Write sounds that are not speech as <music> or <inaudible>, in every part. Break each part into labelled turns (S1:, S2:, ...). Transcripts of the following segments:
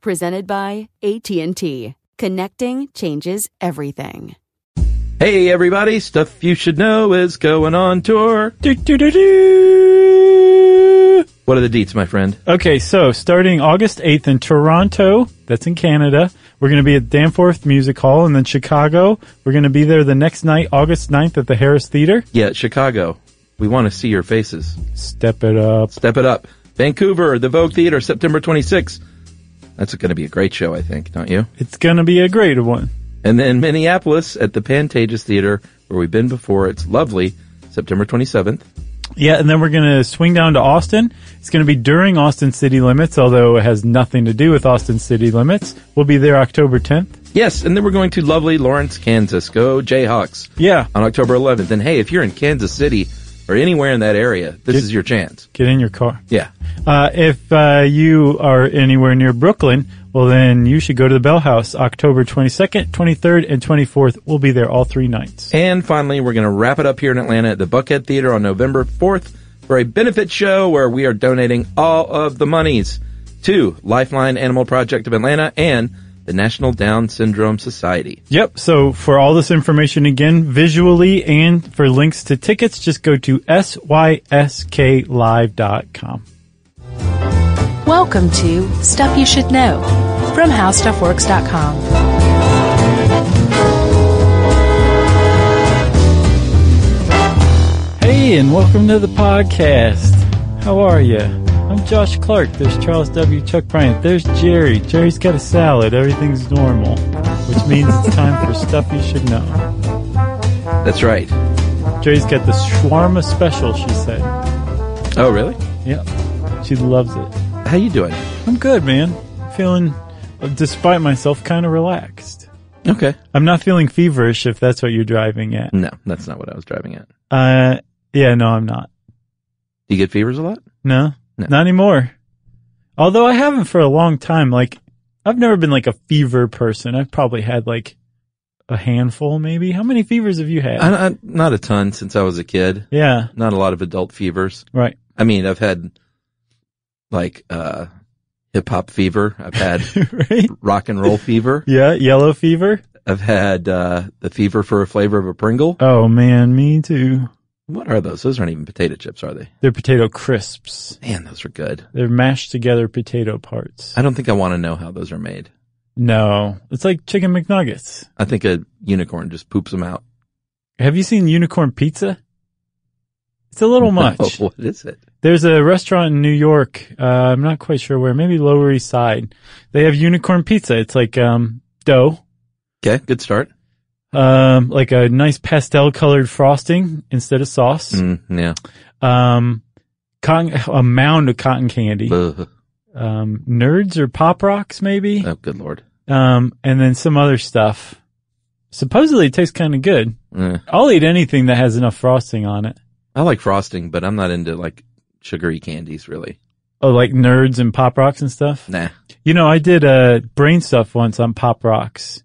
S1: Presented by AT&T. Connecting changes everything.
S2: Hey everybody, stuff you should know is going on tour. Do, do, do, do. What are the deets, my friend?
S3: Okay, so starting August 8th in Toronto, that's in Canada, we're going to be at Danforth Music Hall, and then Chicago, we're going to be there the next night, August 9th at the Harris Theater.
S2: Yeah, Chicago. We want to see your faces.
S3: Step it up.
S2: Step it up. Vancouver, the Vogue Theater, September 26th. That's going to be a great show, I think, don't you?
S3: It's going to be a great one.
S2: And then Minneapolis at the Pantages Theater, where we've been before. It's lovely. September 27th.
S3: Yeah, and then we're going to swing down to Austin. It's going to be during Austin City Limits, although it has nothing to do with Austin City Limits. We'll be there October 10th.
S2: Yes, and then we're going to lovely Lawrence, Kansas. Go Jayhawks
S3: Yeah,
S2: on October 11th. And hey, if you're in Kansas City or anywhere in that area, this is your chance.
S3: get in your car.
S2: Yeah.
S3: Uh, if uh, you are anywhere near Brooklyn, well, then you should go to the Bell House October 22nd, 23rd, and 24th. We'll be there all three nights.
S2: And finally, we're going to wrap it up here in Atlanta at the Buckhead Theater on November 4th for a benefit show where we are donating all of the monies to Lifeline Animal Project of Atlanta and the National Down Syndrome Society.
S3: Yep. So for all this information again, visually and for links to tickets, just go to sysklive.com.
S4: Welcome to Stuff You Should Know from HowStuffWorks.com.
S3: Hey, and welcome to the podcast. How are you? I'm Josh Clark. There's Charles W. Chuck Bryant. There's Jerry. Jerry's got a salad. Everything's normal, which means it's time for stuff you should know.
S2: That's right.
S3: Jerry's got the shawarma special, she said.
S2: Oh, really?
S3: Yep. She loves it.
S2: How you doing?
S3: I'm good, man. I'm feeling, uh, despite myself, kind of relaxed.
S2: Okay.
S3: I'm not feeling feverish if that's what you're driving at.
S2: No, that's not what I was driving at.
S3: Uh, yeah, no, I'm not.
S2: Do you get fevers a lot?
S3: No,
S2: No.
S3: not anymore. Although I haven't for a long time. Like, I've never been like a fever person. I've probably had like a handful, maybe. How many fevers have you had?
S2: I, I, not a ton since I was a kid.
S3: yeah,
S2: Not a lot of adult fevers.
S3: right. <laughs>
S2: I mean, I've had like uh, hip hop fever. I've <laughs> had
S3: right?
S2: rock and roll fever.
S3: Yeah, yellow fever.
S2: I've had uh, the fever for a flavor of a Pringle.
S3: Oh man, me too.
S2: What are those? Those aren't even potato chips, are they?
S3: They're potato crisps.
S2: Man, those are good.
S3: They're mashed together potato parts.
S2: I don't think I want to know how those are made.
S3: No, it's like chicken McNuggets.
S2: I think a unicorn just poops them out.
S3: Have you seen unicorn pizza? It's
S2: <laughs>
S3: a little much.
S2: what is it?
S3: There's a restaurant in New York. Uh, I'm not quite sure where, maybe Lower East Side. They have unicorn pizza. It's like, um, dough,
S2: Okay, good start.
S3: um, like a nice pastel colored frosting instead of sauce.
S2: Mm, yeah.
S3: Um, cotton, a mound of cotton candy.
S2: Ugh.
S3: Um, nerds or pop rocks, maybe.
S2: Oh, good lord.
S3: Um, and then some other stuff. Supposedly it tastes kind of good.
S2: Eh.
S3: I'll eat anything that has enough frosting on it.
S2: I like frosting, but I'm not into like sugary candies really.
S3: Oh, like nerds and pop rocks and stuff.
S2: Nah.
S3: You know, I did uh, brain stuff once on Pop Rocks,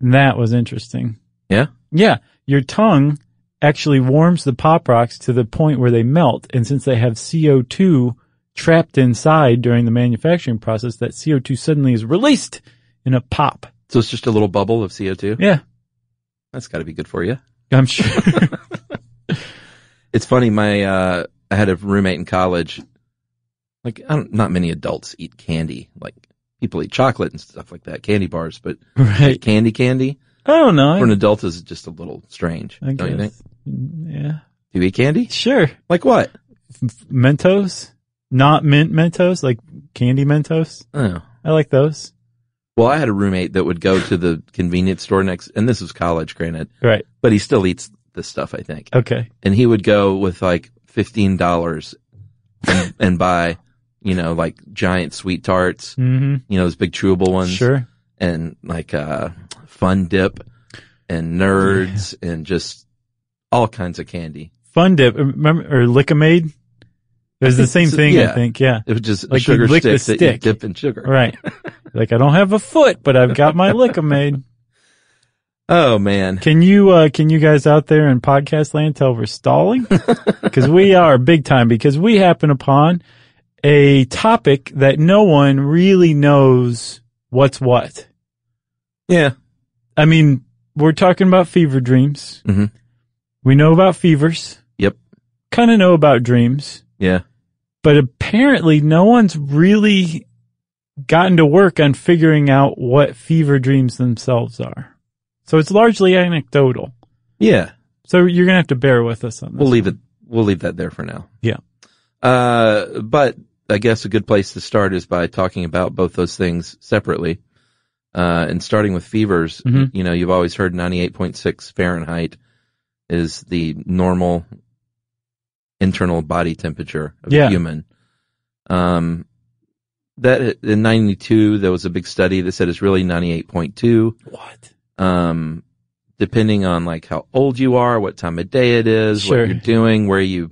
S3: and that was interesting.
S2: Yeah.
S3: Yeah, your tongue actually warms the Pop Rocks to the point where they melt, and since they have CO2 trapped inside during the manufacturing process, that CO2 suddenly is released in a pop.
S2: So it's just a little bubble of CO2.
S3: Yeah,
S2: That's got to be good for you.
S3: I'm sure. <laughs>
S2: It's funny. My uh, I had a roommate in college. Like, I don't, not many adults eat candy. Like people eat chocolate and stuff like that, candy bars, but <laughs>
S3: Right.
S2: candy candy
S3: I don't know.
S2: for an adult is just a little strange.
S3: I
S2: don't you think?
S3: guess. Yeah.
S2: Do you eat candy?
S3: Sure.
S2: Like what?
S3: Mentos, not mint Mentos, like candy Mentos.
S2: Oh.
S3: I like those.
S2: Well, I had a roommate that would go to the convenience store next, and this was college, granted,
S3: Right.
S2: but he still eats this stuff, I think.
S3: Okay.
S2: And he would go with like fifteen dollars and, and buy, you know, like giant sweet tarts,
S3: Mm-hmm.
S2: you know, those big chewable ones,
S3: Sure.
S2: and like uh, fun dip, and nerds, and just all kinds of candy.
S3: Fun dip. Remember or Lickamade? It was the
S2: think
S3: <laughs> same
S2: so,
S3: thing,
S2: yeah.
S3: I think. Yeah.
S2: It was just
S3: Like you
S2: sugar
S3: lick
S2: sticks
S3: the
S2: that you
S3: stick.
S2: dip in sugar.
S3: Right. like I don't have a foot, but I've got my <laughs> Lickamade.
S2: Oh man.
S3: Can you, uh, can you guys out there in podcast land tell we're <laughs> stalling? Because we are big time because we happen upon a topic that no one really knows what's what.
S2: Yeah.
S3: I mean, we're talking about fever dreams.
S2: Mhm.
S3: We know about fevers,
S2: Yep.
S3: kind of know about dreams,
S2: Yeah.
S3: but apparently no one's really gotten to work on figuring out what fever dreams themselves are. So it's largely anecdotal.
S2: Yeah.
S3: So you're going to have to bear with us on this.
S2: We'll leave it. We'll leave that there for now.
S3: Yeah.
S2: Uh, but I guess a good place to start is by talking about both those things separately. Uh, and starting with fevers,
S3: Mhm.
S2: you know, you've always heard 98.6 Fahrenheit is the normal internal body temperature of
S3: Yeah.
S2: a human. Um, that in 92, there was a big study that said it's really 98.2.
S3: What?
S2: um, depending on like how old you are, what time of day it is,
S3: Sure.
S2: what you're doing, where you,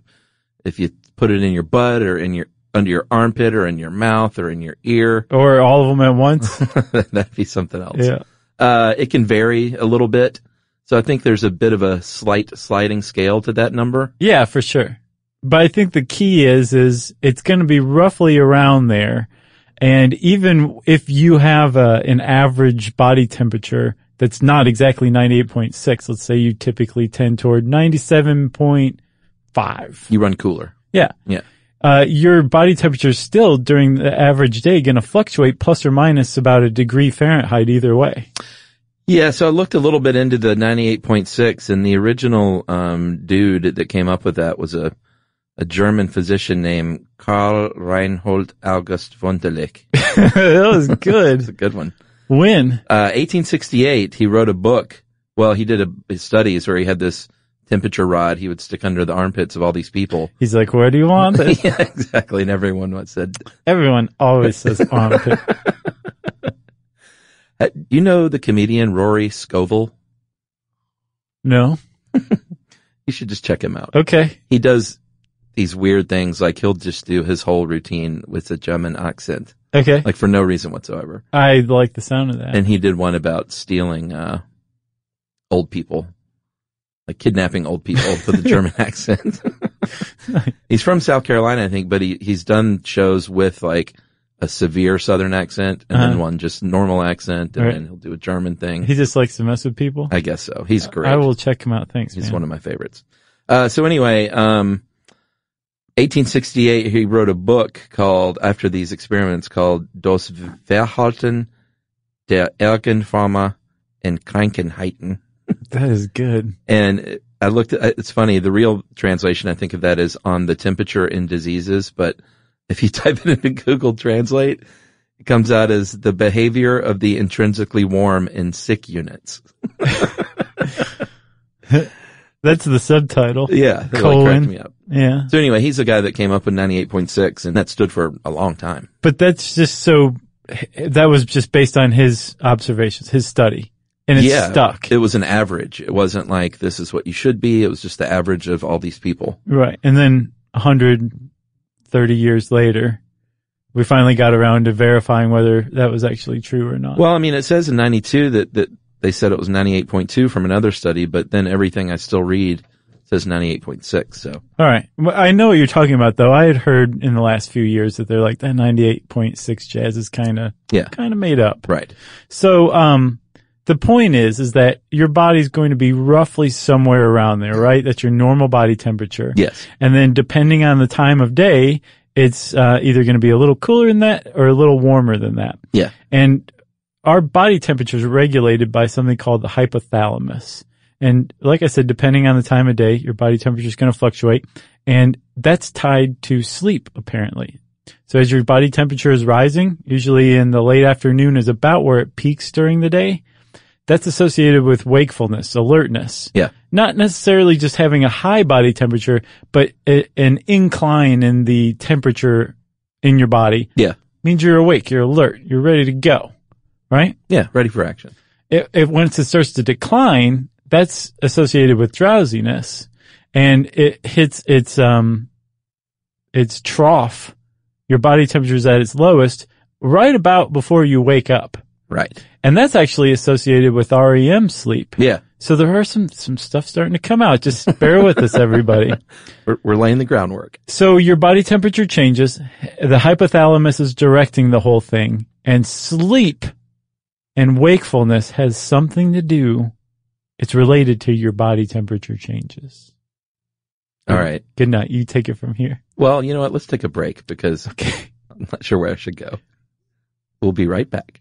S2: if you put it in your butt or in your, under your armpit or in your mouth or in your ear, <laughs>
S3: Or all of them at once?
S2: that'd be something else.
S3: yeah.
S2: Uh, it can vary a little bit. So I think there's a bit of a slight sliding scale to that number.
S3: Yeah, for sure. But I think the key is, is it's going to be roughly around there. And even if you have a, an average body temperature that's not exactly 98.6, let's say you typically tend toward 97.5.
S2: You run cooler.
S3: Yeah.
S2: Yeah.
S3: Uh, your body temperature is still during the average day going to fluctuate plus or minus about a degree Fahrenheit either way.
S2: Yeah, so I looked a little bit into the 98.6 and the original um, dude that came up with that was a, a German physician named Karl Reinhold August von der Lick.
S3: that was
S2: It's a
S3: good.
S2: good one.
S3: When?
S2: Uh, 1868, he wrote a book. Well, he did a, his studies where he had this temperature rod he would stick under the armpits of all these people. <laughs>
S3: He's like, where do you want this?
S2: yeah, exactly. And everyone once said,
S3: Everyone always says armpit.
S2: "Uh, you know the comedian Rory Scovel?
S3: No.
S2: You should just check him out.
S3: Okay.
S2: he does these weird things like he'll just do his whole routine with a German accent,
S3: Okay.
S2: like for no reason whatsoever.
S3: I like the sound of that.
S2: And he did one about stealing uh old people. Like kidnapping old people with a
S3: <laughs>
S2: German accent. he's from South Carolina, I think, but he he's done shows with like a severe southern accent and then
S3: Uh-huh.
S2: one just normal accent and
S3: Right.
S2: then he'll do a German thing.
S3: he just likes to mess with people.
S2: I guess so. He's great.
S3: I will check him out. Thanks,
S2: He's
S3: man.
S2: one of my favorites. Uh, so anyway, um, 1868, he wrote a book called, after these experiments, called Das Verhalten der Ergenfarmer in Krankenheiten.
S3: that is good.
S2: And I looked at, it's funny, the real translation I think of that is on the temperature in diseases, but if you <laughs> type it into Google Translate, it comes out as the behavior of the intrinsically warm in sick units.
S3: That's the subtitle.
S2: Yeah. that really cracked
S3: Colon.
S2: me up.
S3: Yeah.
S2: So anyway, he's the guy that came up with 98.6 and that stood for a long time.
S3: But that's just so, that was just based on his observations, his study. And it's stuck.
S2: It was an average. It wasn't like this is what you should be. It was just the average of all these people.
S3: right. And then 130 years later, we finally got around to verifying whether that was actually true or not.
S2: Well, I mean, it says in 92 that, that they said it was 98.2 from another study, but then everything I still read says 98.6. So
S3: All right. Well, I know what you're talking about, though. I had heard in the last few years that they're like that 98.6 jazz is kind of
S2: yeah,
S3: kind of made up.
S2: right.
S3: So, um, the point is, is that your body's going to be roughly somewhere around there, right? That's your normal body temperature.
S2: Yes.
S3: And then depending on the time of day, it's uh, either going to be a little cooler than that or a little warmer than that.
S2: Yeah.
S3: And our body temperature is regulated by something called the hypothalamus. And like I said, depending on the time of day, your body temperature is going to fluctuate. And that's tied to sleep, apparently. So as your body temperature is rising, usually in the late afternoon is about where it peaks during the day. That's associated with wakefulness, alertness.
S2: Yeah.
S3: Not necessarily just having a high body temperature, but a, an incline in the temperature in your body
S2: Yeah.
S3: means you're awake, you're alert, you're ready to go, right?
S2: Yeah. Ready for action.
S3: it, it once it starts to decline, that's associated with drowsiness, and it hits its um its trough. Your body temperature is at its lowest right about before you wake up,
S2: Right.
S3: and that's actually associated with REM sleep.
S2: Yeah.
S3: So there are some some stuff starting to come out. Just bear with us, everybody.
S2: We're, we're laying the groundwork.
S3: So your body temperature changes. The hypothalamus is directing the whole thing and sleep and wakefulness has something to do. It's related to your body temperature changes.
S2: All
S3: Mm-hmm.
S2: right.
S3: Good night. You take it from here.
S2: Well, you know what? Let's take a break because
S3: Okay.
S2: <laughs> I'm not sure where I should go. We'll be right back.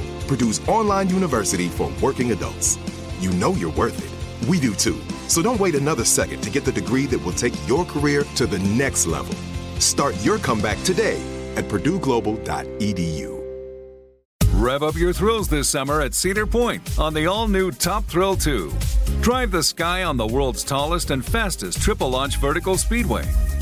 S5: Purdue's online university for working adults. You know you're worth it. We do too. So don't wait another second to get the degree that will take your career to the next level. Start your comeback today at purdueglobal.edu.
S6: Rev up your thrills this summer at Cedar Point on the all new Top Thrill 2. Drive the sky on the world's tallest and fastest triple launch vertical speedway.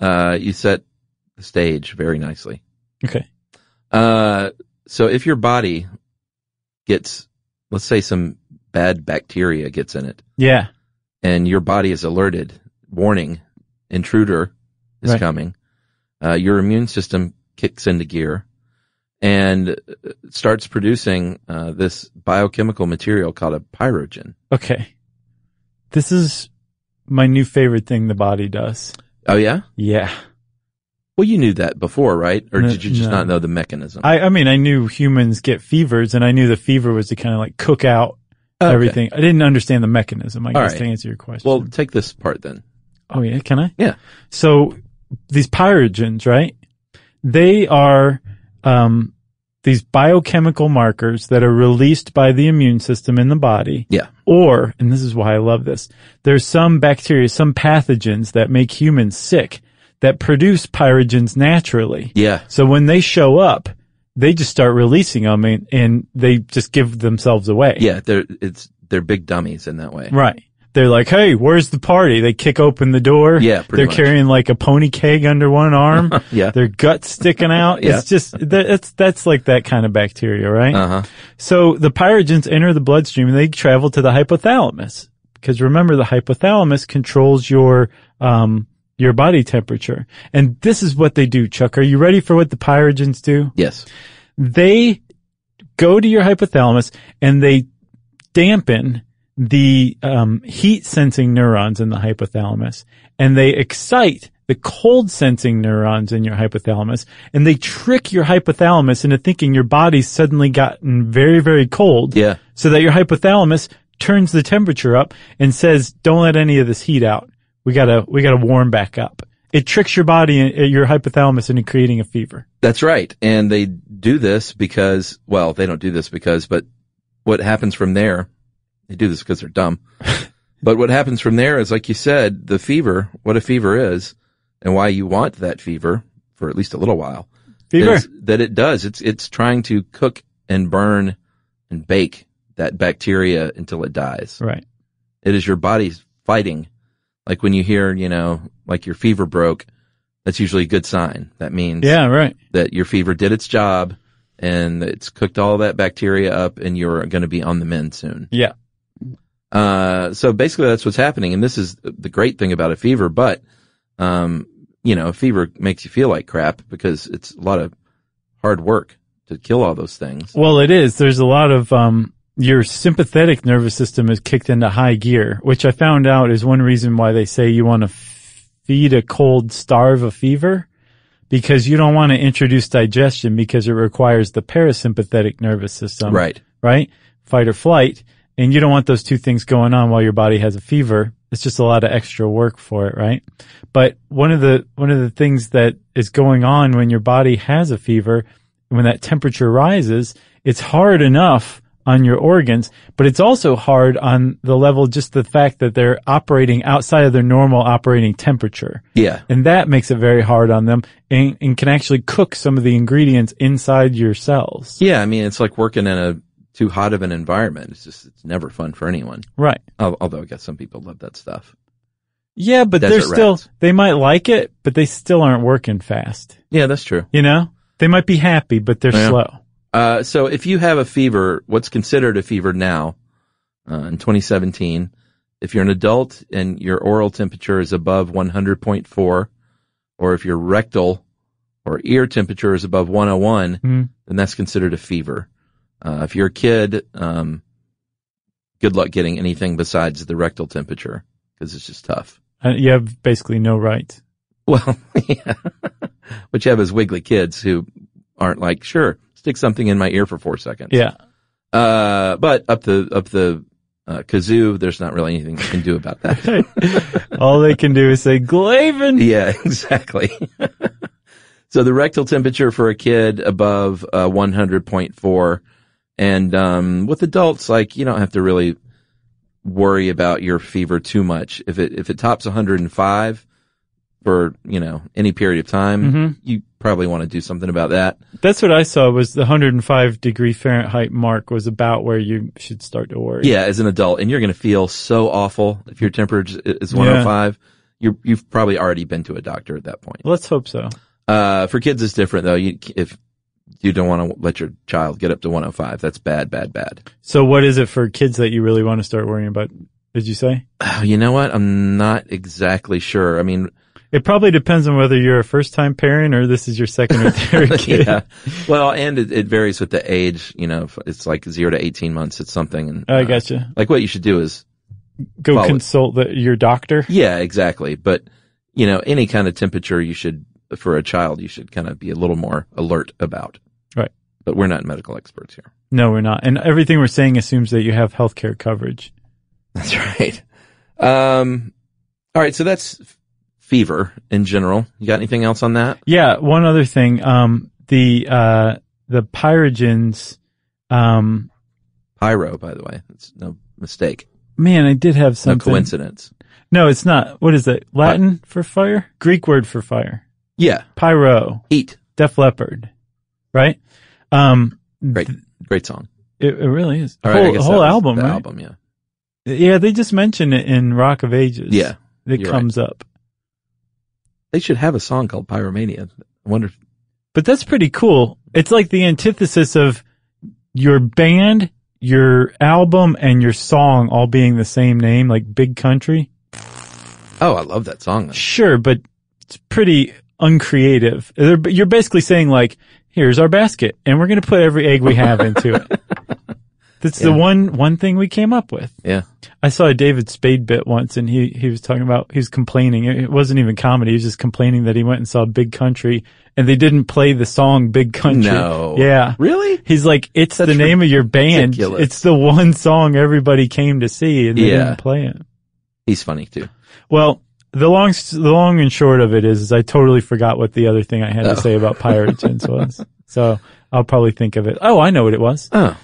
S2: Uh, you set the stage very nicely.
S3: Okay.
S2: Uh, so if your body gets, let's say some bad bacteria gets in it
S3: Yeah.
S2: and your body is alerted, warning, intruder is
S3: Right.
S2: coming, uh, your immune system kicks into gear and uh, starts producing, uh, this biochemical material called a pyrogen.
S3: Okay. This is my new favorite thing the body does.
S2: Oh yeah?
S3: Yeah.
S2: Well, you knew that before, right? Or
S3: No,
S2: did you just
S3: no.
S2: not know the mechanism?
S3: I, I mean, I knew humans get fevers and I knew the fever was to kind of like cook out
S2: Okay.
S3: everything. I didn't understand the mechanism, I
S2: All
S3: guess,
S2: right.
S3: to answer your question.
S2: Well, take this part then.
S3: oh yeah, can I?
S2: Yeah.
S3: So these pyrogens, right? They are um, these biochemical markers that are released by the immune system in the body.
S2: Yeah.
S3: Or, and this is why I love this, there's some bacteria, some pathogens that make humans sick that produce pyrogens naturally.
S2: Yeah.
S3: So when they show up, they just start releasing them and, and they just give themselves away.
S2: Yeah. They're, it's, they're big dummies in that way.
S3: Right. They're like, hey, where's the party? They kick open the door.
S2: Yeah, pretty
S3: They're
S2: much.
S3: carrying like a pony keg under one arm.
S2: <laughs> Yeah.
S3: Their guts sticking
S2: <laughs>
S3: out.
S2: Yeah.
S3: It's just, that- that's, that's like that kind of bacteria, right?
S2: Uh huh.
S3: So the pyrogens enter the bloodstream and they travel to the hypothalamus because remember the hypothalamus controls your, um, your body temperature. And this is what they do, Chuck. Are you ready for what the pyrogens do?
S2: Yes.
S3: they go to your hypothalamus and they dampen the um, heat sensing neurons in the hypothalamus and they excite the cold sensing neurons in your hypothalamus and they trick your hypothalamus into thinking your body's suddenly gotten very, very cold.
S2: Yeah.
S3: So that your hypothalamus turns the temperature up and says, don't let any of this heat out. We gotta, we gotta warm back up. It tricks your body, and your hypothalamus into creating a fever.
S2: That's right. And they do this because, well, they don't do this because, but what happens from there, they do this because they're <laughs> dumb. but what happens from there is, like you said, the fever, what a fever is and why you want that fever for at least a little while.
S3: Fever.
S2: Is that it does. It's, it's trying to cook and burn and bake that bacteria until it dies.
S3: Right.
S2: It is your body fighting. Like when you hear, you know, like your fever broke, that's usually a good sign. That means
S3: Yeah, right.
S2: that your fever did its job and it's cooked all that bacteria up and you're going to be on the mend soon.
S3: Yeah.
S2: Uh, so basically that's what's happening. And this is the great thing about a fever, but, um, you know, a fever makes you feel like crap because it's a lot of hard work to kill all those things.
S3: Well, it is. There's a lot of um, your sympathetic nervous system is kicked into high gear, which I found out is one reason why they say you want to f- feed a cold, starve a fever, because you don't want to introduce digestion because it requires the parasympathetic nervous system,
S2: Right.
S3: Right, fight or flight, and you don't want those two things going on while your body has a fever. It's just a lot of extra work for it, right? But one of the one of the things that is going on when your body has a fever, when that temperature rises, it's hard enough on your organs, but it's also hard on the level just the fact that they're operating outside of their normal operating temperature.
S2: Yeah.
S3: And that makes it very hard on them and, and can actually cook some of the ingredients inside your cells.
S2: Yeah. I mean, it's like working in a too hot of an environment. It's just, it's never fun for anyone.
S3: Right.
S2: Al- Although I guess some people love that stuff.
S3: Yeah, but they're
S2: Desert
S3: still,
S2: rats.
S3: they might like it, but they still aren't working fast.
S2: Yeah, that's true.
S3: You know, they might be happy, but they're
S2: Yeah.
S3: slow.
S2: Uh, so if you have a fever, what's considered a fever now, uh, in 2017, if you're an adult and your oral temperature is above 100.4, or if your rectal or ear temperature is above 101,
S3: Mm.
S2: then that's considered a fever. Uh, if you're a kid, um, good luck getting anything besides the rectal temperature because it's just tough.
S3: Uh, you have basically no rights.
S2: Well, <laughs> yeah. What you have is wiggly kids who aren't like, sure, stick something in my ear for four seconds.
S3: Yeah. <laughs>
S2: Uh, but up the up the uh, kazoo, there's not really anything you can do about that.
S3: <laughs> All they can do is say, Glavin.
S2: yeah, <laughs> exactly. so the rectal temperature for a kid above uh, 100.4, and um, with adults, like you don't have to really worry about your fever too much. If it if it tops 105 for you know any period of time, you probably want to do something about that.
S3: That's what I saw was the 105 degree Fahrenheit mark was about where you should start to worry.
S2: Yeah, as an adult, and you're going to feel so awful if your temperature is 105. You're, you've probably already been to a doctor at that point.
S3: Let's hope so.
S2: Uh, for kids, it's different though. You, if you don't want to let your child get up to 105, that's bad, bad, bad.
S3: So what is it for kids that you really want to start worrying about? Did you say?
S2: Oh, you know what? I'm not exactly sure. I mean, <laughs>
S3: It probably depends on whether you're a first time parent or this is your second
S2: <laughs>
S3: or third kid.
S2: yeah. Well, and it, it varies with the age. You know, if it's like zero to 18 months. It's something. And,
S3: I
S2: uh,
S3: gotcha.
S2: Like what you should do is
S3: Go
S2: Follow it.
S3: consult the, your doctor.
S2: Yeah, exactly. But you know, any kind of temperature you should for a child, you should kind of be a little more alert about.
S3: Right.
S2: But we're not medical experts here.
S3: No, we're not. And everything we're saying assumes that you have health care coverage.
S2: That's <laughs> right. Um, all right. So that's f- fever in general. You got anything else on that?
S3: Yeah. One other thing. Um, the, uh, the pyrogens, um,
S2: Pyro, by the way, it's no mistake,
S3: man, I did have
S2: no
S3: something.
S2: coincidence.
S3: No, it's not. What is it? Latin for fire? Greek word for fire.
S2: Yeah,
S3: Pyro.
S2: heat.
S3: Def Leppard. Right? Um,
S2: Great, great song.
S3: it, it really is.
S2: All
S3: whole
S2: right, I guess
S3: whole
S2: that was
S3: album,
S2: the
S3: right?
S2: album, yeah.
S3: Yeah, they just mention it in Rock of Ages.
S2: Yeah,
S3: It
S2: you're
S3: comes up.
S2: They should have a song called Pyromania. I wonder. If,
S3: But that's pretty cool. It's like the antithesis of your band, your album, and your song all being the same name, like Big Country.
S2: oh, I love that song. though.
S3: Sure, but it's pretty uncreative. They're,
S2: <laughs>
S3: you're basically saying like, here's our basket, and we're going to put every egg we have into it. That's the
S2: Yeah.
S3: one one thing we came up with.
S2: Yeah.
S3: I saw a David Spade bit once and he, he was talking about, he was complaining. It it wasn't even comedy. He was just complaining that he went and saw Big Country and they didn't play the song Big Country.
S2: No.
S3: Yeah.
S2: Really?
S3: He's like, it's
S2: That's
S3: the name of your band.
S2: ridiculous.
S3: It's the one song everybody came to see and they
S2: Yeah.
S3: didn't play it.
S2: He's funny too.
S3: Well, the long, s- the long and short of it is, is I totally forgot what the other thing I had
S2: Oh.
S3: to say about Pyrogens
S2: <laughs>
S3: was. So I'll probably think of it. Oh, I know what it was.
S2: Oh.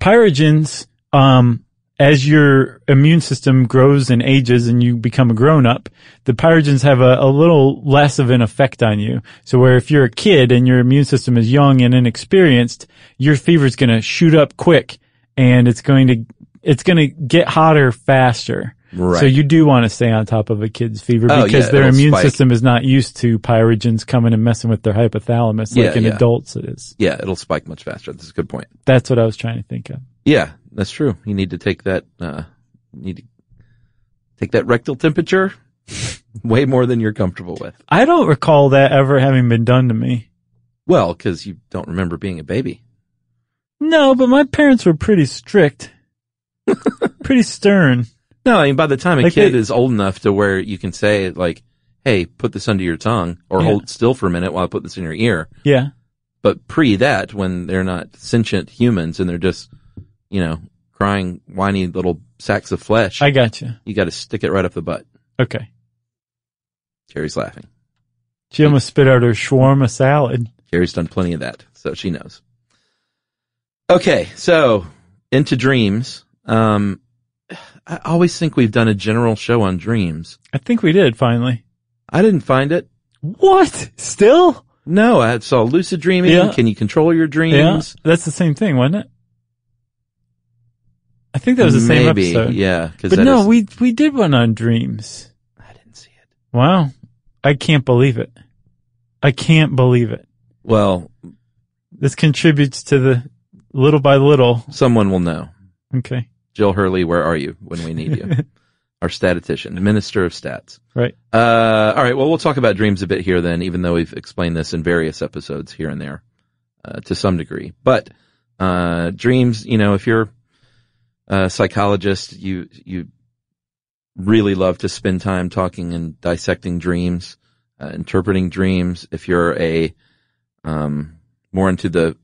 S3: pyrogens, um, as your immune system grows and ages and you become a grown up, the pyrogens have a, a little less of an effect on you. So where if you're a kid and your immune system is young and inexperienced, your fever's going to shoot up quick and it's going to, it's going to get hotter faster.
S2: Right.
S3: So you do want to stay on top of a kid's fever
S2: Oh,
S3: because
S2: yeah,
S3: their
S2: it'll
S3: immune
S2: spike.
S3: system is not used to pyrogens coming and messing with their hypothalamus
S2: Yeah,
S3: like in
S2: yeah.
S3: adults is.
S2: Yeah, it'll spike much faster. That's a good point.
S3: That's what I was trying to think of.
S2: Yeah, that's true. You need to take that, uh, need to take that rectal temperature <laughs> way more than you're comfortable with.
S3: I don't recall that ever having been done to me.
S2: Well, cause you don't remember being a baby.
S3: No, but my parents were pretty strict, <laughs> pretty stern.
S2: No, I mean, by the time a
S3: Like
S2: kid
S3: they-
S2: is old enough to where you can say like, Hey, put this under your tongue or
S3: Yeah.
S2: hold still for a minute while I put this in your ear.
S3: Yeah,
S2: But pre that, when they're not sentient humans and they're just, you know, crying whiny little sacks of flesh,
S3: I got you.
S2: you got to stick it right up the butt.
S3: Okay,
S2: Carrie's laughing.
S3: she almost spit out her shawarma salad.
S2: Carrie's done plenty of that, so she knows. Okay, so into dreams. Um, I always think we've done a general show on dreams.
S3: I think we did finally.
S2: I didn't find it.
S3: What? Still?
S2: No, I saw lucid dreaming.
S3: Yeah.
S2: Can you control your
S3: Yeah,
S2: dreams?
S3: that's the same thing, wasn't it? I think that was the same
S2: Maybe,
S3: episode.
S2: yeah. 'cause
S3: but
S2: that
S3: no,
S2: is-
S3: we we did one on dreams.
S2: I didn't see it.
S3: Wow, I can't believe it. I can't believe it.
S2: Well,
S3: This contributes to the little by little.
S2: someone will know.
S3: Okay,
S2: Jill Hurley, where are you when we need
S3: <laughs>
S2: you? Our statistician, minister of stats.
S3: right.
S2: Uh, all right. Well, we'll talk about dreams a bit here then, even though we've explained this in various episodes here and there, uh, to some degree. But, uh, dreams, you know, if you're a psychologist, you, you really love to spend time talking and dissecting dreams, uh, interpreting dreams. If you're a, um, more into the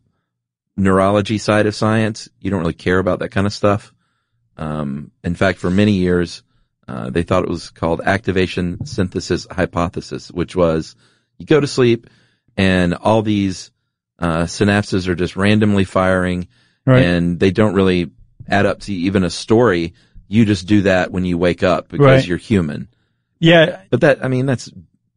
S2: neurology side of science, you don't really care about that kind of stuff. Um, in fact, for many years, uh, they thought it was called activation synthesis hypothesis, which was you go to sleep and all these uh, synapses are just randomly firing
S3: Right.
S2: and they don't really add up to even a story. You just do that when you wake up because
S3: Right.
S2: you're human.
S3: yeah,
S2: But that, I mean, that's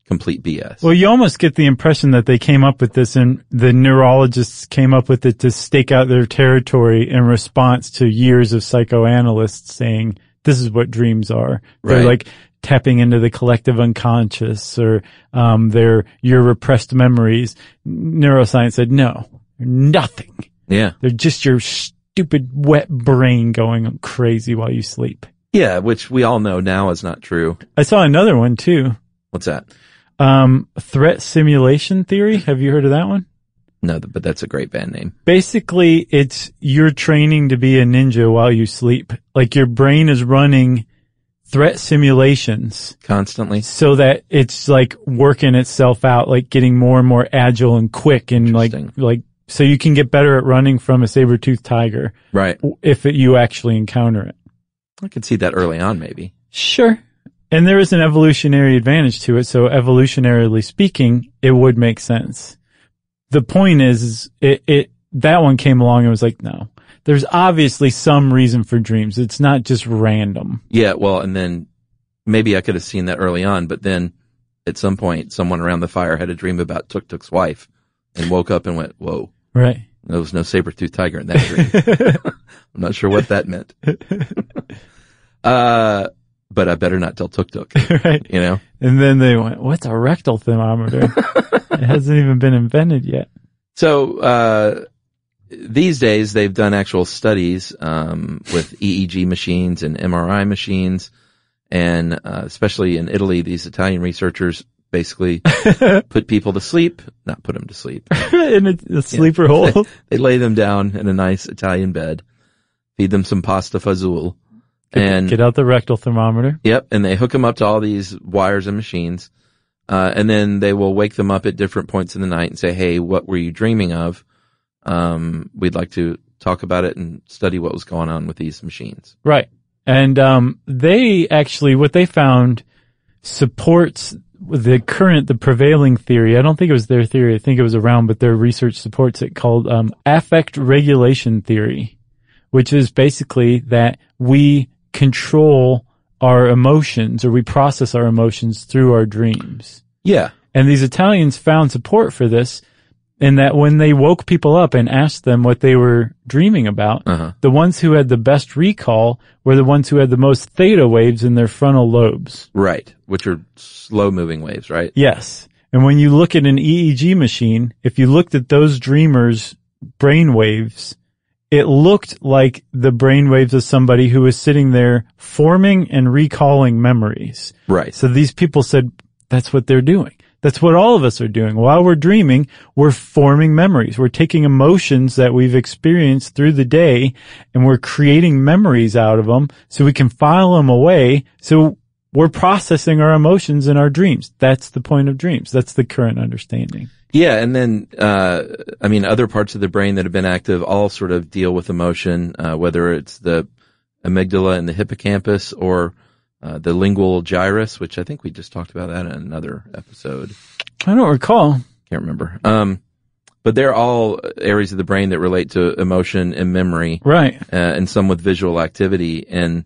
S2: complete BS.
S3: Well, you almost get the impression that they came up with this and the neurologists came up with it to stake out their territory in response to years of psychoanalysts saying, this is what dreams are.
S2: Right.
S3: They're like tapping into the collective unconscious or, um, their, your repressed memories. Neuroscience said, no, nothing.
S2: yeah.
S3: They're just your stupid wet brain going crazy while you sleep.
S2: Yeah. Which we all know now is not true.
S3: I saw another one too.
S2: What's that?
S3: Um, threat simulation theory. Have you heard of that one?
S2: No, th- but that's a great band name.
S3: basically it's you're training to be a ninja while you sleep. Like your brain is running threat simulations
S2: Constantly.
S3: so that it's like working itself out, like getting more and more agile and quick and like,
S2: Interesting.
S3: like, so you can get better at running from a saber-toothed tiger
S2: Right.
S3: w- if it, you actually encounter it.
S2: I could see that early on, maybe.
S3: Sure. And there is an evolutionary advantage to it. So evolutionarily speaking, it would make sense. The point is, is it, it, that one came along and was like, no, there's obviously some reason for dreams. It's not just random.
S2: Yeah, well, and then maybe I could have seen that early on, but then at some point, someone around the fire had a dream about Tuk Tuk's wife and woke up and went, "Whoa,
S3: Right.
S2: there was no saber tooth tiger in that dream." I'm not sure what that meant. uh, but I better not tell Tuk Tuk.
S3: right.
S2: You know,
S3: And then they went, what's a rectal thermometer? it hasn't even been invented yet. <laughs>
S2: So uh, these days, they've done actual studies um, with EEG machines and MRI machines, and uh, especially in Italy, these Italian researchers
S3: <laughs>
S2: basically put people to sleep, not put them to sleep. <laughs>
S3: In a, a sleeper hole.
S2: They lay them down in a nice Italian bed. feed them some pasta fazool. And
S3: Get out the rectal thermometer.
S2: Yep, and they hook them up to all these wires and machines, uh, and then they will wake them up at different points in the night and say, "Hey, what were you dreaming of? Um, we'd like to talk about it and study what was going on with these machines."
S3: Right. And um, they actually, what they found supports the current, the prevailing theory. I don't think it was their theory. I think it was around, but their research supports it called um, affect regulation theory, which is basically that we control our emotions or we process our emotions through our dreams.
S2: Yeah,
S3: And these Italians found support for this in that when they woke people up and asked them what they were dreaming about,
S2: Uh-huh.
S3: the ones who had the best recall were the ones who had the most theta waves in their frontal lobes.
S2: right. Which are slow-moving waves, right?
S3: Yes. And when you look at an EEG machine, if you looked at those dreamers' brain waves, it looked like the brain waves of somebody who was sitting there forming and recalling memories.
S2: Right.
S3: So these people said, that's what they're doing. That's what all of us are doing. While we're dreaming, we're forming memories. We're taking emotions that we've experienced through the day and we're creating memories out of them so we can file them away. So we're processing our emotions in our dreams. That's the point of dreams. That's the current understanding.
S2: Yeah, and then uh, I mean, other parts of the brain that have been active all sort of deal with emotion, uh, whether it's the amygdala and the hippocampus or uh, the lingual gyrus, which I think we just talked about that in another episode.
S3: I don't recall.
S2: Can't remember. Um, but they're all areas of the brain that relate to emotion and memory,
S3: Right.
S2: uh, and some with visual activity. And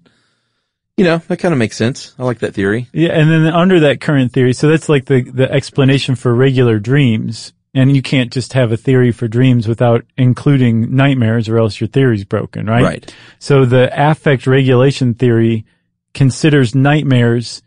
S2: you know, that kind of makes sense. I like that theory.
S3: Yeah, and then under that current theory, so that's like the, the explanation for regular dreams. And you can't just have a theory for dreams without including nightmares or else your theory's broken, right?
S2: Right.
S3: So the affect regulation theory considers nightmares,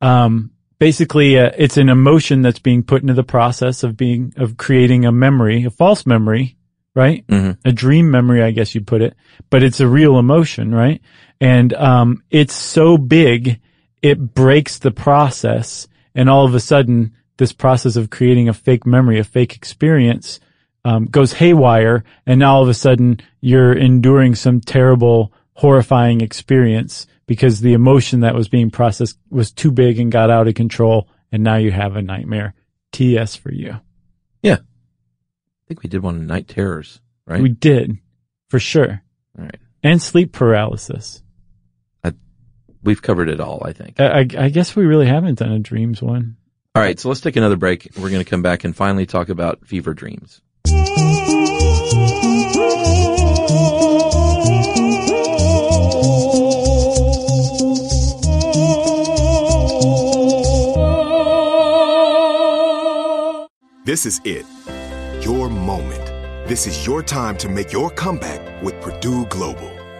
S3: um, basically, uh, it's an emotion that's being put into the process of being, of creating a memory, a false memory, right?
S2: Mhm.
S3: a dream memory, I guess you put it, but it's a real emotion, right? And um, it's so big, it breaks the process, and all of a sudden, this process of creating a fake memory, a fake experience, um, goes haywire, and now all of a sudden, you're enduring some terrible, horrifying experience because the emotion that was being processed was too big and got out of control, and now you have a nightmare. TS for you.
S2: Yeah, I think we did one in night terrors, right?
S3: We did, for sure.
S2: all right,
S3: And sleep paralysis.
S2: we've covered it all. I think.
S3: I, I I guess we really haven't done a dreams one.
S2: All right, so let's take another break. We're going to come back and finally talk about fever dreams.
S5: This is it. Your moment. This is your time to make your comeback with Purdue Global.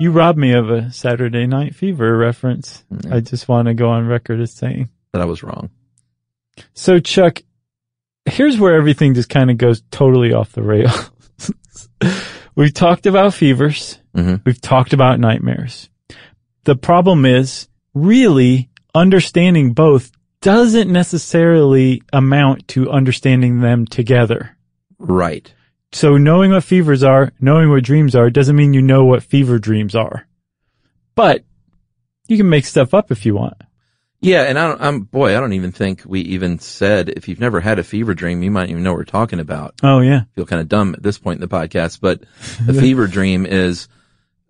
S3: You robbed me of a Saturday Night Fever reference. I just want to go on record as saying.
S2: That I was wrong.
S3: So Chuck, here's where everything just kind of goes totally off the rails. <laughs> We've talked about fevers. We've talked about nightmares. The problem is really understanding both doesn't necessarily amount to understanding them together.
S2: Right.
S3: So knowing what fevers are, knowing what dreams are, doesn't mean you know what fever dreams are. But you can make stuff up if you want.
S2: Yeah, and I don't, I'm boy, I don't even think we even said if you've never had a fever dream, you might even know what we're talking about.
S3: Oh yeah.
S2: feel kind of dumb at this point in the podcast, but a fever dream is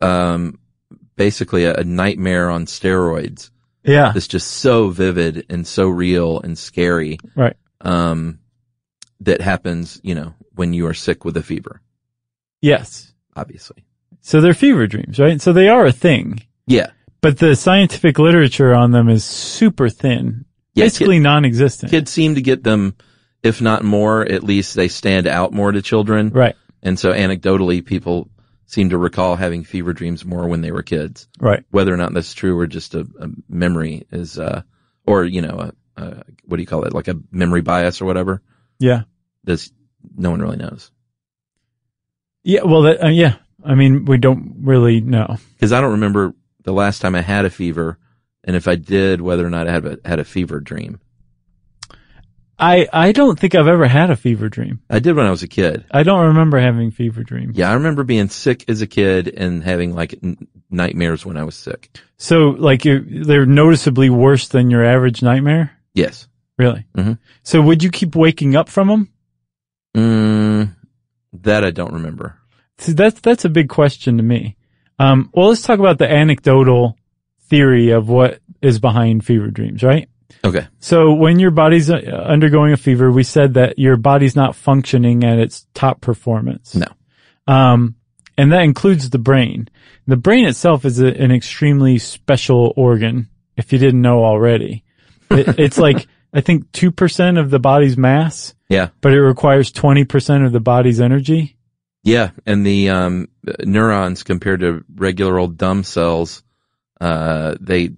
S2: um, basically a, a nightmare on steroids.
S3: Yeah.
S2: It's just so vivid and so real and scary
S3: Right.
S2: um, that happens, you know, when you are sick with a fever,
S3: Yes.
S2: obviously.
S3: So they're fever dreams, right? So they are a thing,
S2: Yeah.
S3: but the scientific literature on them is super thin,
S2: Yeah,
S3: basically non-existent.
S2: Kids seem to get them, if not more, at least they stand out more to children.
S3: Right.
S2: And so anecdotally, people seem to recall having fever dreams more when they were kids.
S3: Right.
S2: whether or not that's true or just a, a memory is, uh, or, you know, a, a, what do you call it? Like a memory bias or whatever.
S3: Yeah.
S2: This, no one really knows.
S3: Yeah. Well, that, uh, yeah. I mean, we don't really know.
S2: Cause I don't remember the last time I had a fever and if I did, whether or not I had a, had a fever dream.
S3: I, I don't think I've ever had a fever dream.
S2: I did when I was a kid.
S3: I don't remember having fever dreams.
S2: Yeah. I remember being sick as a kid and having like n- nightmares when I was sick.
S3: So like you they're noticeably worse than your average nightmare.
S2: Yes.
S3: Really?
S2: Mhm.
S3: So would you keep waking up from them?
S2: Mm, that I don't remember.
S3: See, that's that's a big question to me. Um, well, let's talk about the anecdotal theory of what is behind fever dreams, right?
S2: Okay.
S3: So when your body's uh, undergoing a fever, we said that your body's not functioning at its top performance.
S2: No.
S3: Um, and that includes the brain. The brain itself is a, an extremely special organ, if you didn't know already. It, it's like, I think 2% of the body's mass,
S2: Yeah.
S3: but it requires 20% of the body's energy.
S2: Yeah, and the um, neurons compared to regular old dumb cells, uh, they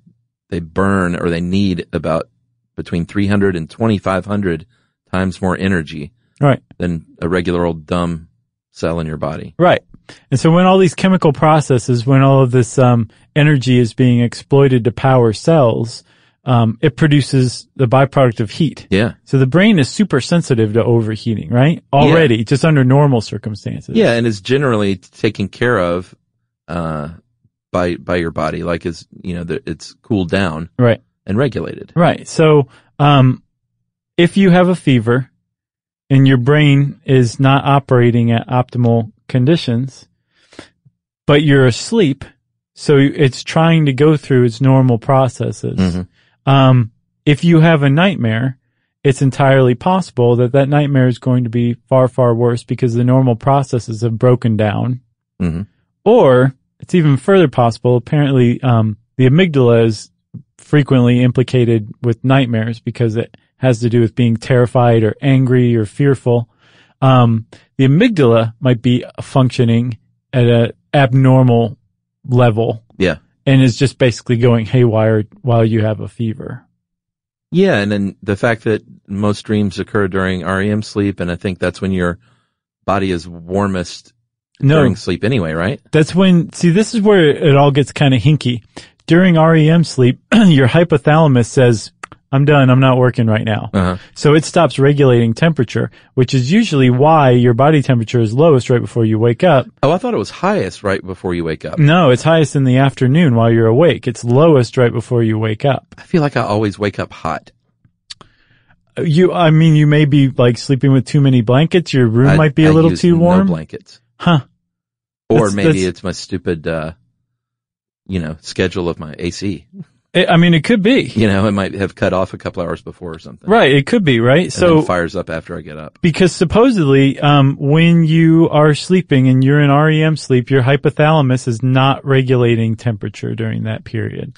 S2: they burn or they need about between 300 and 2500 times more energy
S3: Right.
S2: than a regular old dumb cell in your body.
S3: Right. And so when all these chemical processes, when all of this um, energy is being exploited to power cells, um, it produces the byproduct of heat.
S2: Yeah.
S3: So the brain is super sensitive to overheating, right? Already, just under normal circumstances.
S2: Yeah, and is generally taken care of uh, by by your body like is, you know, the, it's cooled down
S3: Right.
S2: and regulated.
S3: Right. So, um, if you have a fever and your brain is not operating at optimal conditions, but you're asleep, so it's trying to go through its normal processes.
S2: Mhm.
S3: Um, if you have a nightmare, it's entirely possible that that nightmare is going to be far, far worse because the normal processes have broken down.
S2: Mhm.
S3: Or it's even further possible. Apparently, um, the amygdala is frequently implicated with nightmares because it has to do with being terrified or angry or fearful. Um, the amygdala might be functioning at a abnormal level
S2: Yeah.
S3: and is just basically going haywire while you have a fever.
S2: Yeah, and then the fact that most dreams occur during REM sleep, and I think that's when your body is warmest
S3: No.
S2: during sleep anyway, right?
S3: That's when, see, this is where it all gets kind of hinky. During REM sleep, <clears throat> your hypothalamus says, I'm done. I'm not working right now.
S2: Uh-huh.
S3: So it stops regulating temperature, which is usually why your body temperature is lowest right before you wake up.
S2: Oh, I thought it was highest right before you wake up.
S3: No, it's highest in the afternoon while you're awake. It's lowest right before you wake up.
S2: I feel like I always wake up hot.
S3: You, I mean, you may be like sleeping with too many blankets. Your room
S2: I-
S3: might be a
S2: I
S3: little
S2: use
S3: too warm.
S2: No blankets,
S3: Huh.
S2: or
S3: That's-
S2: maybe
S3: that's-
S2: it's my stupid, uh, you know, schedule of my AC.
S3: I I mean, it could be.
S2: You know, it might have cut off a couple hours before or something.
S3: Right. It could be, right?
S2: And
S3: so
S2: then fires up after I get up.
S3: Because supposedly, um, when you are sleeping and you're in REM sleep, your hypothalamus is not regulating temperature during that period.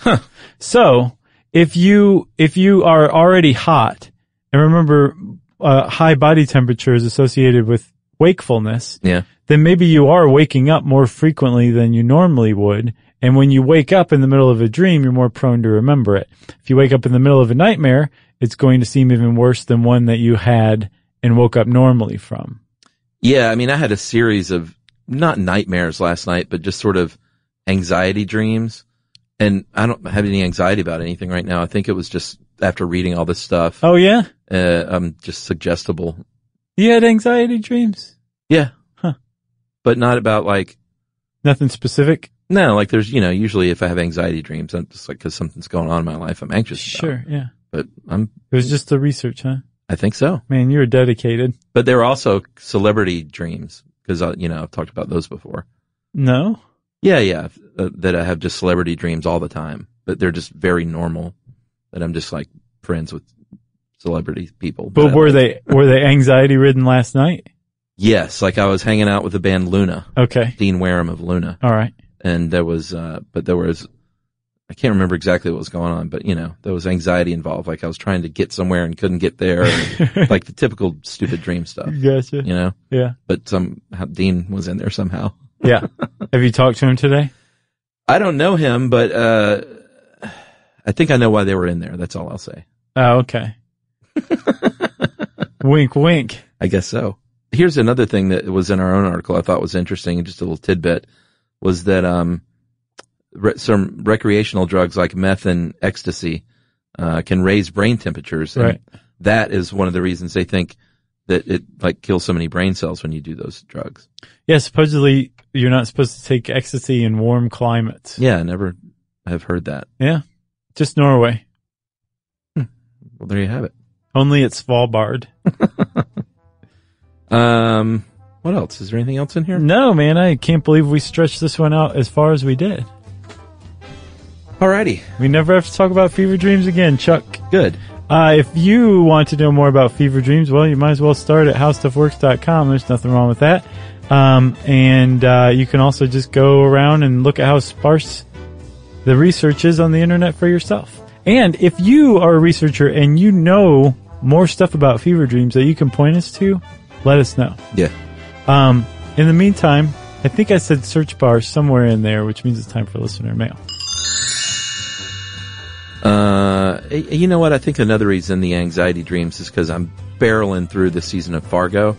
S3: So if you, if you are already hot, and remember, uh, high body temperature is associated with wakefulness,
S2: Yeah.
S3: then maybe you are waking up more frequently than you normally would. And when you wake up in the middle of a dream, you're more prone to remember it. If you wake up in the middle of a nightmare, it's going to seem even worse than one that you had and woke up normally from.
S2: Yeah, I mean, I had a series of not nightmares last night, but just sort of anxiety dreams. And I don't have any anxiety about anything right now. I think it was just after reading all this stuff.
S3: Oh yeah,
S2: Uh, I'm just suggestible.
S3: you had anxiety dreams.
S2: Yeah.
S3: Huh.
S2: But not about like,
S3: Nothing specific.
S2: no, like there's, you know, usually if I have anxiety dreams, I'm just like, cause something's going on in my life, I'm anxious. about.
S3: Sure. Yeah.
S2: But I'm,
S3: Uh, It was just the research, huh?
S2: I think so.
S3: Man, you were dedicated.
S2: But there were also celebrity dreams because you know I've talked about those before.
S3: No.
S2: Yeah, yeah, uh, that I have just celebrity dreams all the time, but they're just very normal. That I'm just like friends with celebrity people. that
S3: But
S2: I
S3: were
S2: like.
S3: they were they anxiety ridden last night?
S2: Yes, like I was hanging out with the band Luna,
S3: Okay.
S2: Dean Wareham of Luna,
S3: All right.
S2: and there was, uh but there was, I can't remember exactly what was going on, but you know there was anxiety involved. Like I was trying to get somewhere and couldn't get there, and, like the typical stupid dream stuff,
S3: Gotcha.
S2: you know.
S3: Yeah.
S2: But somehow Dean was in there somehow.
S3: <laughs> Yeah. Have you talked to him today?
S2: I don't know him, but uh, I think I know why they were in there. That's all I'll say.
S3: Oh, okay. wink, wink.
S2: I guess so. Here's another thing that was in our own article I thought was interesting, just a little tidbit, was that um, re- some recreational drugs like meth and ecstasy uh, can raise brain temperatures. and
S3: Right.
S2: That is one of the reasons they think that it like kills so many brain cells when you do those drugs.
S3: Yeah, supposedly you're not supposed to take ecstasy in warm climates.
S2: Yeah, I never have heard that.
S3: Yeah. Just Norway.
S2: Well, there you have it.
S3: Only at Svalbard.
S2: Um, what else? Is there anything else in here?
S3: No, man, I can't believe we stretched this one out as far as we did.
S2: Alrighty,
S3: We never have to talk about fever dreams again, Chuck.
S2: good.
S3: Uh, if you want to know more about fever dreams, well, you might as well start at howstuffworks.com. There's nothing wrong with that. Um, and uh, you can also just go around and look at how sparse the research is on the internet for yourself. And if you are a researcher and you know more stuff about fever dreams that you can point us to, let us know.
S2: Yeah.
S3: Um, in the meantime, I think I said search bar somewhere in there, which means it's time for listener mail.
S2: Uh, y- you know what? I think another reason the anxiety dreams is because I'm barreling through the season of Fargo,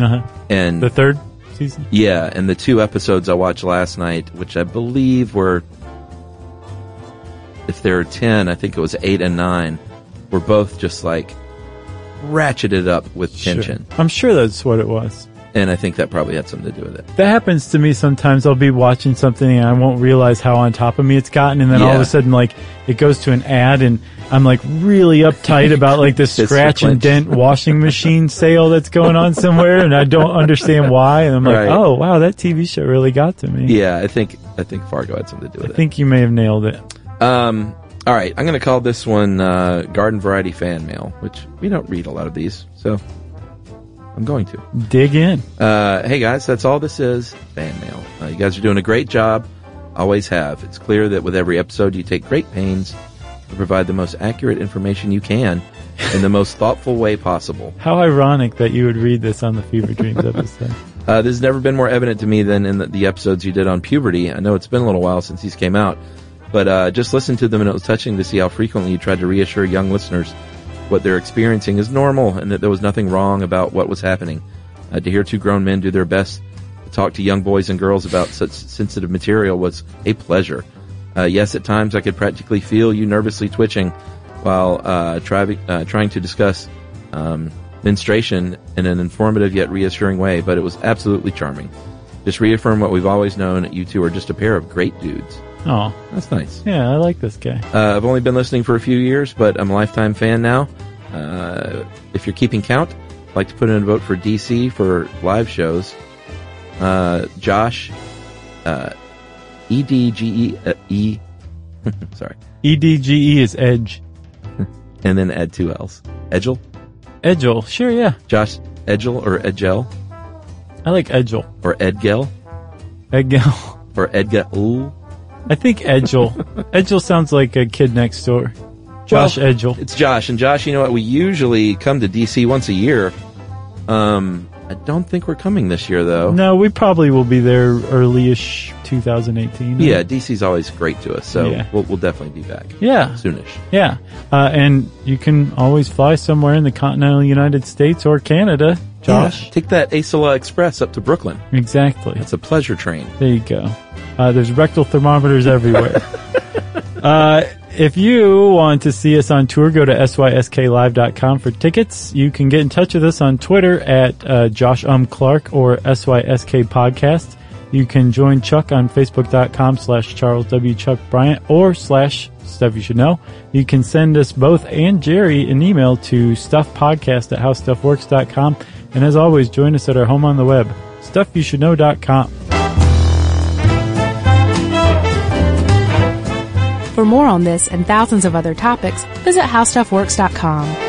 S3: Uh-huh.
S2: and
S3: The third season.
S2: yeah, and the two episodes I watched last night, which I believe were, if there are ten, I think it was eight and nine, were both just like ratcheted up with tension,
S3: Sure. I'm sure that's what it was.
S2: and I think that probably had something to do with it.
S3: That happens to me sometimes. I'll be watching something and I won't realize how on top of me it's gotten, and then all of
S2: Yeah.
S3: a sudden, like it goes to an ad, and I'm like really uptight about like
S2: <laughs>
S3: this
S2: Fists are
S3: scratch and
S2: clenched.
S3: dent washing
S2: <laughs>
S3: machine sale that's going on somewhere, and I don't understand why. And I'm like,
S2: Right.
S3: oh wow, that TV show really got to me.
S2: Yeah, I think I think Fargo had something to do
S3: I
S2: with
S3: think you may have nailed it.
S2: it. Um, all right, I'm going to call this one uh, Garden Variety Fan Mail, which we don't read a lot of these, so I'm going to.
S3: Dig in.
S2: Uh, hey guys, that's all this is fan mail. Uh, you guys are doing a great job. Always have. It's clear that with every episode, you take great pains to provide the most accurate information you can in the most thoughtful way possible.
S3: How ironic that you would read this on the Fever
S2: <laughs>
S3: Dreams episode.
S2: Uh, this has never been more evident to me than in the, the episodes you did on puberty. I know it's been a little while since these came out, but uh, just listen to them, and it was touching to see how frequently you tried to reassure young listeners what they're experiencing is normal and that there was nothing wrong about what was happening. Uh, to hear two grown men do their best to talk to young boys and girls about such sensitive material was a pleasure. Uh, yes, at times I could practically feel you nervously twitching while uh, tri- uh, trying to discuss um, menstruation in an informative yet reassuring way, but it was absolutely charming. Just reaffirm what we've always known you two are just a pair of great dudes.
S3: Oh,
S2: That's nice.
S3: yeah, I like this guy.
S2: Uh, I've only been listening for a few years, but I'm a lifetime fan now. Uh, if you're keeping count, I'd like to put in a vote for DC for live shows. Uh, Josh, uh, E D G E uh, E, <laughs> sorry,
S3: E EDGE is Edge.
S2: and then add two L's. Edgel?
S3: Edgel. Sure, yeah.
S2: Josh Edgel or Edgel
S3: I like Edgel.
S2: or Edgel
S3: Edgel.
S2: or Edgel? Ooh.
S3: I think Edgel. Edgel sounds like a kid next door. Josh
S2: Well,
S3: Edgel.
S2: It's Josh, and Josh, you know what? We usually come to DC once a year. Um, I don't think we're coming this year though.
S3: No, we probably will be there early-ish 2018.
S2: Yeah, DC's always great to us, so
S3: Yeah.
S2: we'll, we'll definitely be back.
S3: Yeah.
S2: soonish.
S3: Yeah. Uh, and you can always fly somewhere in the continental United States or Canada Josh?
S2: Yeah, take that Acela Express up to Brooklyn.
S3: Exactly.
S2: It's a pleasure train.
S3: There you go. Uh, there's rectal thermometers everywhere. uh, if you want to see us on tour, go to sysklive.com for tickets. You can get in touch with us on Twitter at uh, Josh Um Clark or SYSK Podcast. You can join Chuck on Facebook.com slash Charles W. Chuck Bryant or slash Stuff You Should Know. You can send us both and Jerry an email to stuffpodcast at howstuffworks.com. And as always, join us at our home on the web, stuffyoushouldknow.com.
S4: For more on this and thousands of other topics, visit howstuffworks.com.